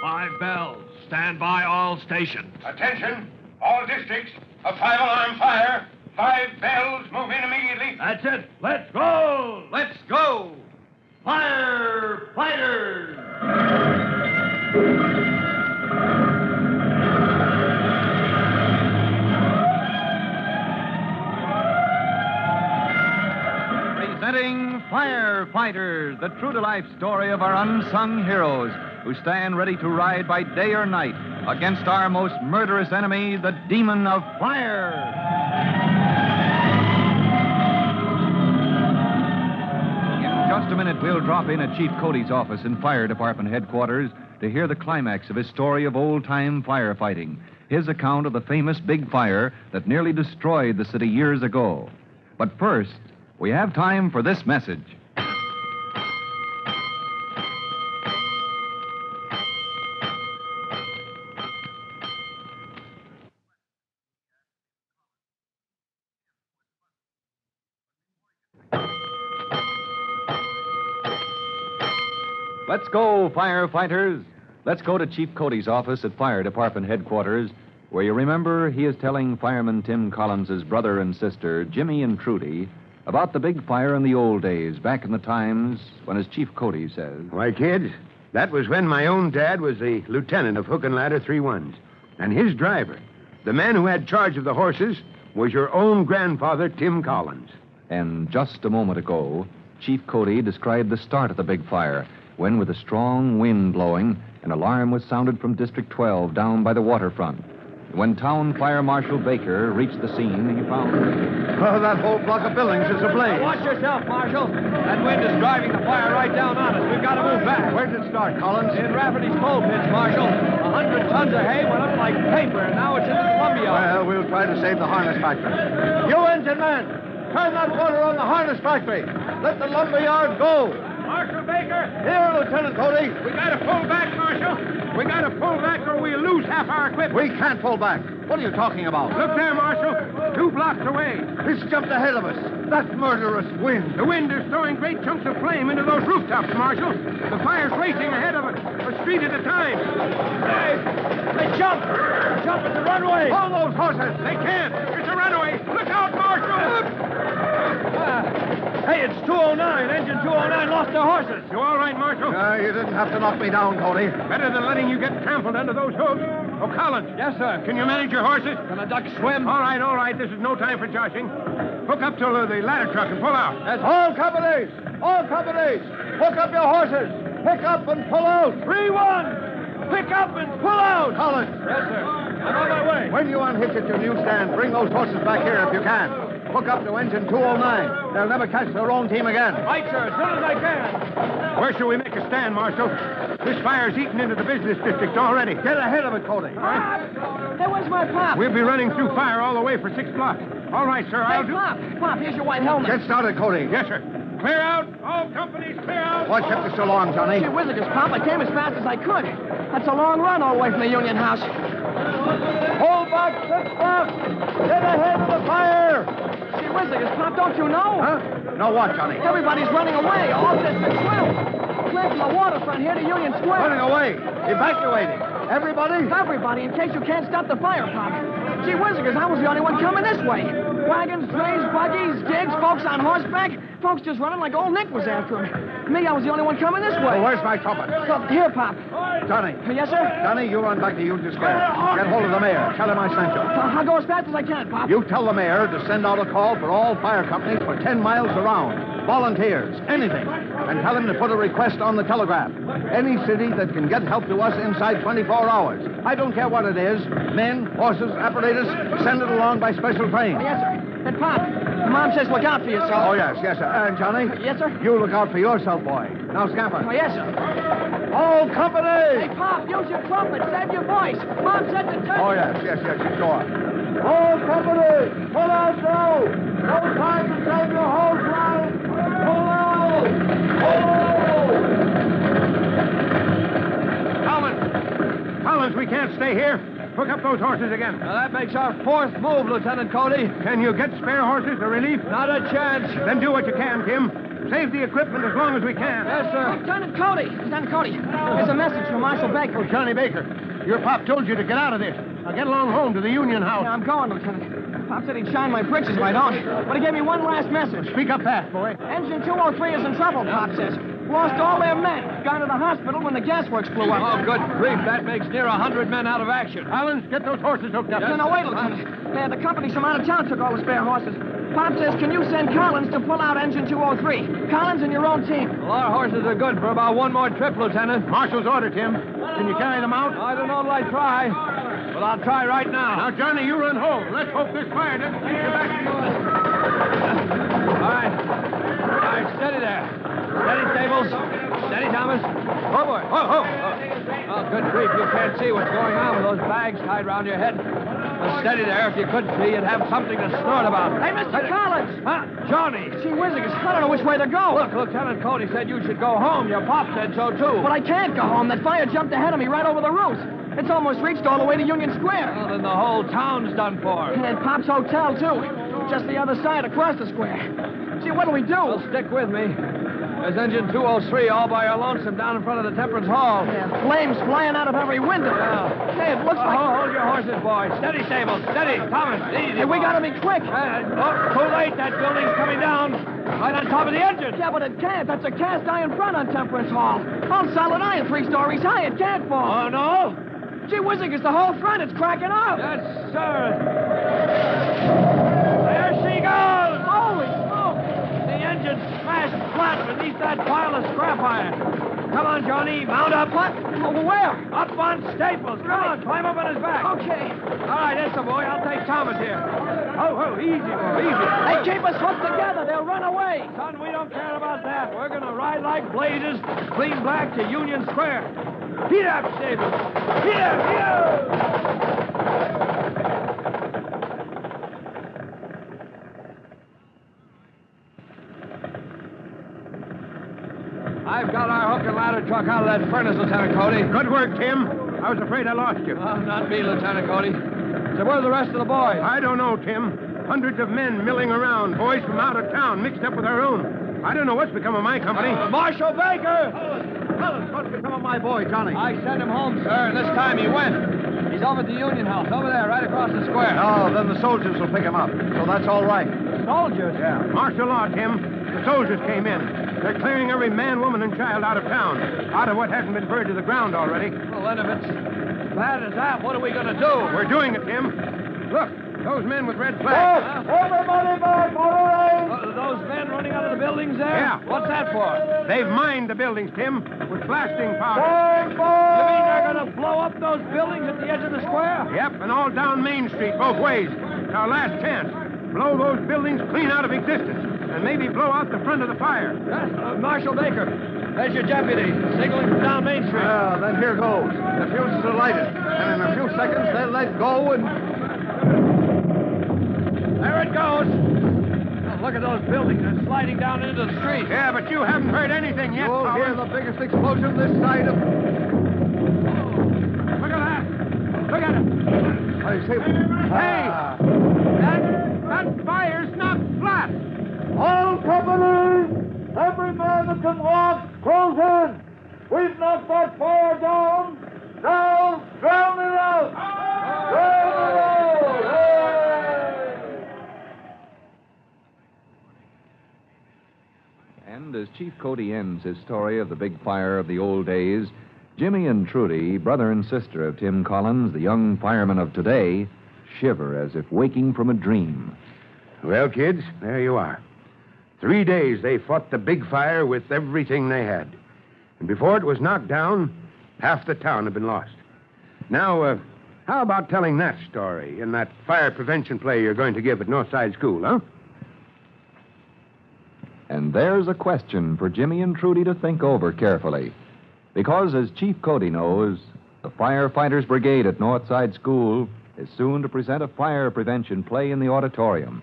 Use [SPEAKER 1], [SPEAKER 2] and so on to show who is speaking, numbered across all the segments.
[SPEAKER 1] Five bells. Stand by all stations.
[SPEAKER 2] Attention, all districts, a five alarm fire. Five bells, move in immediately.
[SPEAKER 1] That's it. Let's go.
[SPEAKER 3] Let's go.
[SPEAKER 1] Fire fighters.
[SPEAKER 3] Presenting Firefighters, the true to life story of our unsung heroes who stand ready to ride by day or night against our most murderous enemy, the demon of fire. In just a minute, we'll drop in at Chief Cody's office in Fire Department headquarters to hear the climax of his story of old time firefighting, his account of the famous big fire that nearly destroyed the city years ago. But first, we have time for this message. Let's go, firefighters. Let's go to Chief Cody's office at Fire Department headquarters, where you remember he is telling fireman Tim Collins' brother and sister, Jimmy and Trudy, about the big fire in the old days, back in the times when, as Chief Cody says,
[SPEAKER 4] Why, kids, that was when my own dad was the lieutenant of Hook and Ladder Three Ones, and his driver, the man who had charge of the horses, was your own grandfather, Tim Collins.
[SPEAKER 3] and just a moment ago, Chief Cody described the start of the big fire when, with a strong wind blowing, an alarm was sounded from District 12 down by the waterfront. When Town Fire Marshal Baker reached the scene, he found.
[SPEAKER 4] Oh, that whole block of buildings is ablaze.
[SPEAKER 3] Watch yourself, Marshal. That wind is driving the fire right down on us. We've got to move back.
[SPEAKER 4] Where did it start, Collins?
[SPEAKER 3] In Rafferty's coal pits, Marshal. A hundred tons of hay went up like paper, and now it's in the Columbia.
[SPEAKER 4] Well, we'll try to save the harness factory. You engine man, turn that water on the harness factory. Let the lumber yard go.
[SPEAKER 1] Marshal Baker,
[SPEAKER 4] Here, Lieutenant Cody.
[SPEAKER 1] we gotta pull back, Marshal. We gotta pull back or we lose half our equipment.
[SPEAKER 4] We can't pull back. What are you talking about?
[SPEAKER 1] Look there, Marshal. Two blocks away.
[SPEAKER 4] It's jumped ahead of us. That murderous wind.
[SPEAKER 1] The wind is throwing great chunks of flame into those rooftops, Marshal. The fire's racing ahead of us, a street at a time. They, they jump! Jump at the runway!
[SPEAKER 4] All those horses.
[SPEAKER 1] They can't! It's a runway! Look out, Marshal! hey, it's 209. Engine 209 lost their horses. You all right, Marshal?
[SPEAKER 4] Uh, you didn't have to knock me down, Cody.
[SPEAKER 1] Better than letting you get trampled under those hooves. Oh, Collins. Yes, sir. Can you manage your horses? Can a duck swim? All right, all right. This is no time for joshing. Hook up to uh, the ladder truck and pull out. That's
[SPEAKER 4] All companies, all companies, hook up your horses. Pick up and pull out.
[SPEAKER 1] Three one. Pick up and pull out.
[SPEAKER 4] Collins,
[SPEAKER 1] Yes, sir. I'm on my way.
[SPEAKER 4] when you unhitch at your new stand, bring those horses back here if you can. Hook up to engine 209. They'll never catch their own team again.
[SPEAKER 1] Right, sir. As soon as I can. Where shall we make a stand, Marshal? This fire's eaten into the business district already.
[SPEAKER 4] Get ahead of it, Cody.
[SPEAKER 5] There was my pop.
[SPEAKER 1] We'll be running through fire all the way for six blocks. All right, sir. I'll
[SPEAKER 5] Hey,
[SPEAKER 1] do.
[SPEAKER 5] Pop, Pop, here's your white helmet.
[SPEAKER 4] Get started, Cody.
[SPEAKER 1] Yes, sir. Clear out. All companies, clear out.
[SPEAKER 4] What kept us so long, Johnny?
[SPEAKER 5] Gee whizzikers, Pop, I came as fast as I could. That's a long run all the way from the Union House.
[SPEAKER 4] Hold back, sit back. Get ahead of the fire.
[SPEAKER 5] Gee whizzikers, Pop, don't you know?
[SPEAKER 4] Huh? No what, Johnny?
[SPEAKER 5] Everybody's running away. All district 12. Clear from the waterfront here to Union
[SPEAKER 4] Running
[SPEAKER 5] Square.
[SPEAKER 4] away. Evacuating. Everybody?
[SPEAKER 5] Everybody, in case you can't stop the fire, Pop. Gee whizzikers, I was the only one coming this way. Wagons, drays, buggies, gigs, folks on horseback. Folks just running like old Nick was after him. Me, I was the only one coming this
[SPEAKER 4] Well,
[SPEAKER 5] way.
[SPEAKER 4] where's my trumpet?
[SPEAKER 5] Look, Here, Pop.
[SPEAKER 4] Johnny.
[SPEAKER 5] Yes, sir?
[SPEAKER 4] Johnny, you run back to Union Square. Get hold of the mayor. Tell him I sent you.
[SPEAKER 5] I'll go as fast as I can, Pop.
[SPEAKER 4] You tell the mayor to send out a call for all fire companies for 10 miles around. Volunteers, anything. And tell him to put a request on the telegraph. Any city that can get help to us inside 24 hours. I don't care what it is men, horses, apparatus. Send it along by special train.
[SPEAKER 5] Oh, Yes, sir. And Pop, Mom says look out for yourself.
[SPEAKER 4] Oh, yes, yes, sir. And Johnny?
[SPEAKER 5] Yes, sir.
[SPEAKER 4] You look out for yourself, boy. Now, Scamper.
[SPEAKER 5] Oh, yes, sir.
[SPEAKER 4] All
[SPEAKER 5] Hey,
[SPEAKER 4] companies!
[SPEAKER 5] Pop, use your trumpet. Save your voice. Mom said to turn.
[SPEAKER 4] Oh, yes, yes, yes, sure. All companies, pull out now! No time to save your whole line! Pull out! Pull out!
[SPEAKER 1] Collins. Collins, we can't stay here. Hook up those horses again.
[SPEAKER 3] that makes our fourth move, Lieutenant Cody.
[SPEAKER 1] Can you get spare horses to relief?
[SPEAKER 3] Not a chance.
[SPEAKER 1] Then do what you can, Tim.
[SPEAKER 4] Save the equipment as long as we can. Yes, sir.
[SPEAKER 5] Lieutenant Cody! Lieutenant Cody, there's a message from Marshal Baker.
[SPEAKER 4] Oh, Johnny Baker, your pop told you to get out of this. Now get along home to the Union
[SPEAKER 5] Yeah,
[SPEAKER 4] House.
[SPEAKER 5] I'm going, Lieutenant. Pop said he'd shine my britches if I don't. But he gave me one last message.
[SPEAKER 4] Speak up fast, boy.
[SPEAKER 5] Engine 203 is in trouble, Pop says. Lost all their men. Gone to the hospital when the gasworks blew up.
[SPEAKER 4] Oh, good grief. That makes near a hundred men out of action. Collins, get those horses hooked up.
[SPEAKER 5] No, no, wait, Lieutenant. Yeah, the companies from out of town took all the spare horses. Pop says, can you send Collins to pull out engine 203? Collins and your own team.
[SPEAKER 4] Well, our horses are good for about one more trip, Lieutenant. Marshall's order, Tim. Can you carry them out? I don't know till I try. Well, I'll try right now. Now, Johnny, you run home. Let's hope this fire doesn't take you back to us. All right. All right, steady there. Steady, Stables. Steady, Thomas. Oh, boy. Oh, oh. Oh, Oh, good grief. You can't see what's going on with those bags tied round your head. Now, steady there. If you could see, you'd have something to snort about.
[SPEAKER 5] Hey, Mr. Collins!
[SPEAKER 4] Huh? Johnny.
[SPEAKER 5] Gee whizzing, I don't know which way to go.
[SPEAKER 4] Look, Lieutenant Cody said you should go home. Your pop said so, too.
[SPEAKER 5] But I can't go home. That fire jumped ahead of me right over the roofs. It's almost reached all the way to Union Square.
[SPEAKER 4] Well, then the whole town's done for.
[SPEAKER 5] And then Pop's hotel, too. Just the other side, across the square. Gee, what'll we do?
[SPEAKER 4] Well, stick with me. There's engine 203 all by her lonesome down in front of the Temperance Hall.
[SPEAKER 5] Yeah, flames flying out of every window. Hey, it looks
[SPEAKER 4] Oh,
[SPEAKER 5] like...
[SPEAKER 4] hold your horses, boy. Steady, Sable. Steady. Thomas, easy.
[SPEAKER 5] Hey, we
[SPEAKER 4] boy.
[SPEAKER 5] gotta be quick.
[SPEAKER 4] Uh, oh, too late. That building's coming down. Right on top of the engine.
[SPEAKER 5] Yeah, but it can't. That's a cast iron front on Temperance Hall. All solid iron, three stories high. It can't fall.
[SPEAKER 4] Oh, no?
[SPEAKER 5] Gee whizzing, it's the whole front. It's cracking up.
[SPEAKER 4] Yes, sir. There she goes.
[SPEAKER 5] Holy smoke!
[SPEAKER 4] The engine smashed flat beneath that pile of scrap iron. Come on, Johnny. Mount up.
[SPEAKER 5] What? Over where?
[SPEAKER 4] Up on Staples. Come on, climb up on his back.
[SPEAKER 5] Okay.
[SPEAKER 4] All right, that's the boy. I'll take Thomas here. Oh, oh, easy, boy, easy.
[SPEAKER 5] They keep us hooked together. They'll run away.
[SPEAKER 4] Son, we don't care about that. We're going to ride like blazes, clean black to Union Square. Heat up, Staples. Heat up, heat up. I've got our hook and ladder truck out of that furnace, Lieutenant Cody. Good work, Tim. I was afraid I lost you. not me, Lieutenant Cody. So where are the rest of the boys? I don't know, Tim. Hundreds of men milling around, boys from out of town, mixed up with our own. I don't know what's become of my company. Marshal Baker! What's become of my boy, Johnny? I sent him home, sir, and this time he went. He's over at the Union House, over there, right across the square.
[SPEAKER 6] Oh, then the soldiers will pick him up. So that's all right.
[SPEAKER 4] Soldiers? Yeah. Martial law, Tim. The soldiers came in. They're clearing every man, woman, and child out of town. Out of what hasn't been burned to the ground already. Well, then, if it's bad as that, what are we going to do? We're doing it, Tim. Look, those men with red flags.
[SPEAKER 7] Everybody by motor
[SPEAKER 4] Uh, those men running out of the buildings there? Yeah. What's that for? They've mined the buildings, Tim, with blasting powder. You mean they're going to blow up those buildings at the edge of the square? Yep, and all down Main Street, both ways. It's our last chance. Blow those buildings clean out of existence, and maybe blow out the front of the fire. Uh, Marshal Baker, there's your deputy, signaling from down Main Street.
[SPEAKER 6] Well, Ah, then here goes. The fuses are lighted. And in a few seconds, they'll let go and
[SPEAKER 4] there it goes. Oh, Look at those buildings. They're sliding down into the street. Yeah, but you haven't heard anything yet,
[SPEAKER 6] you'll
[SPEAKER 4] Howard.
[SPEAKER 6] hear the biggest explosion this side of.
[SPEAKER 4] Look at that. Look at it.
[SPEAKER 6] I Ah. say,
[SPEAKER 4] Hey! That, that fire's not flat.
[SPEAKER 7] All companies, every man that can walk, close in. We've knocked that fire down. Now, drown it out. Drown it out. Hey!
[SPEAKER 8] And as Chief Cody ends his story of the big fire of the old days, Jimmy and Trudy, brother and sister of Tim Collins, the young fireman of today, shiver as if waking from a dream.
[SPEAKER 1] Well, kids, there you are. Three days they fought the big fire with everything they had. And before it was knocked down, half the town had been lost. Now, uh, how about telling that story in that fire prevention play you're going to give at Northside School, huh?
[SPEAKER 8] And there's a question for Jimmy and Trudy to think over carefully. Because as Chief Cody knows, the Firefighters Brigade at Northside School is soon to present a fire prevention play in the auditorium.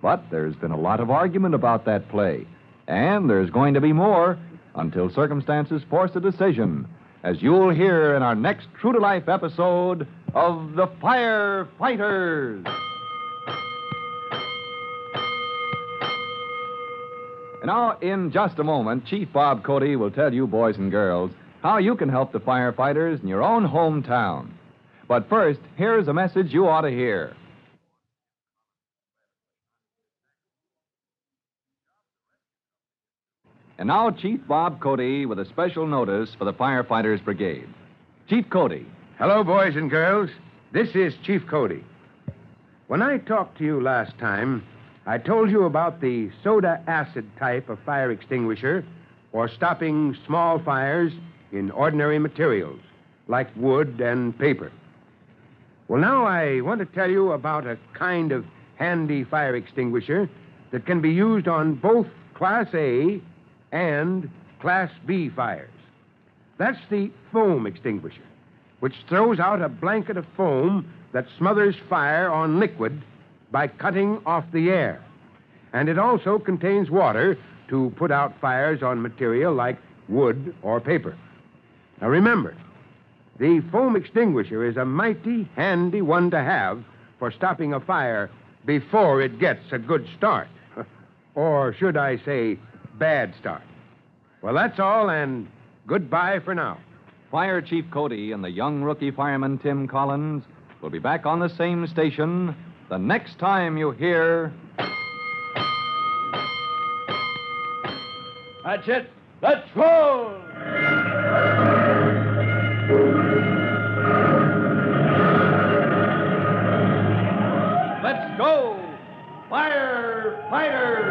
[SPEAKER 8] But there's been a lot of argument about that play, and there's going to be more until circumstances force a decision, as you'll hear in our next True to Life episode of The Firefighters.
[SPEAKER 4] And now, in just a moment, Chief Bob Cody will tell you, boys and girls, how you can help the firefighters in your own hometown. But first, here's a message you ought to hear. And now, Chief Bob Cody with a special notice for the Firefighters Brigade. Chief Cody.
[SPEAKER 1] Hello, boys and girls. This is Chief Cody. When I talked to you last time, I told you about the soda acid type of fire extinguisher for stopping small fires in ordinary materials like wood and paper. Well, now I want to tell you about a kind of handy fire extinguisher that can be used on both Class A and Class B fires. That's the foam extinguisher which throws out a blanket of foam that smothers fire on liquid by cutting off the air. And it also contains water to put out fires on material like wood or paper. Now remember, the foam extinguisher is a mighty handy one to have for stopping a fire before it gets a good start. or should I say, bad start. Well, that's all, and goodbye for now.
[SPEAKER 4] Fire Chief Cody and the young rookie fireman Tim Collins will be back on the same station the next time you hear.
[SPEAKER 2] That's it. Let's roll! Let's go! Firefighters!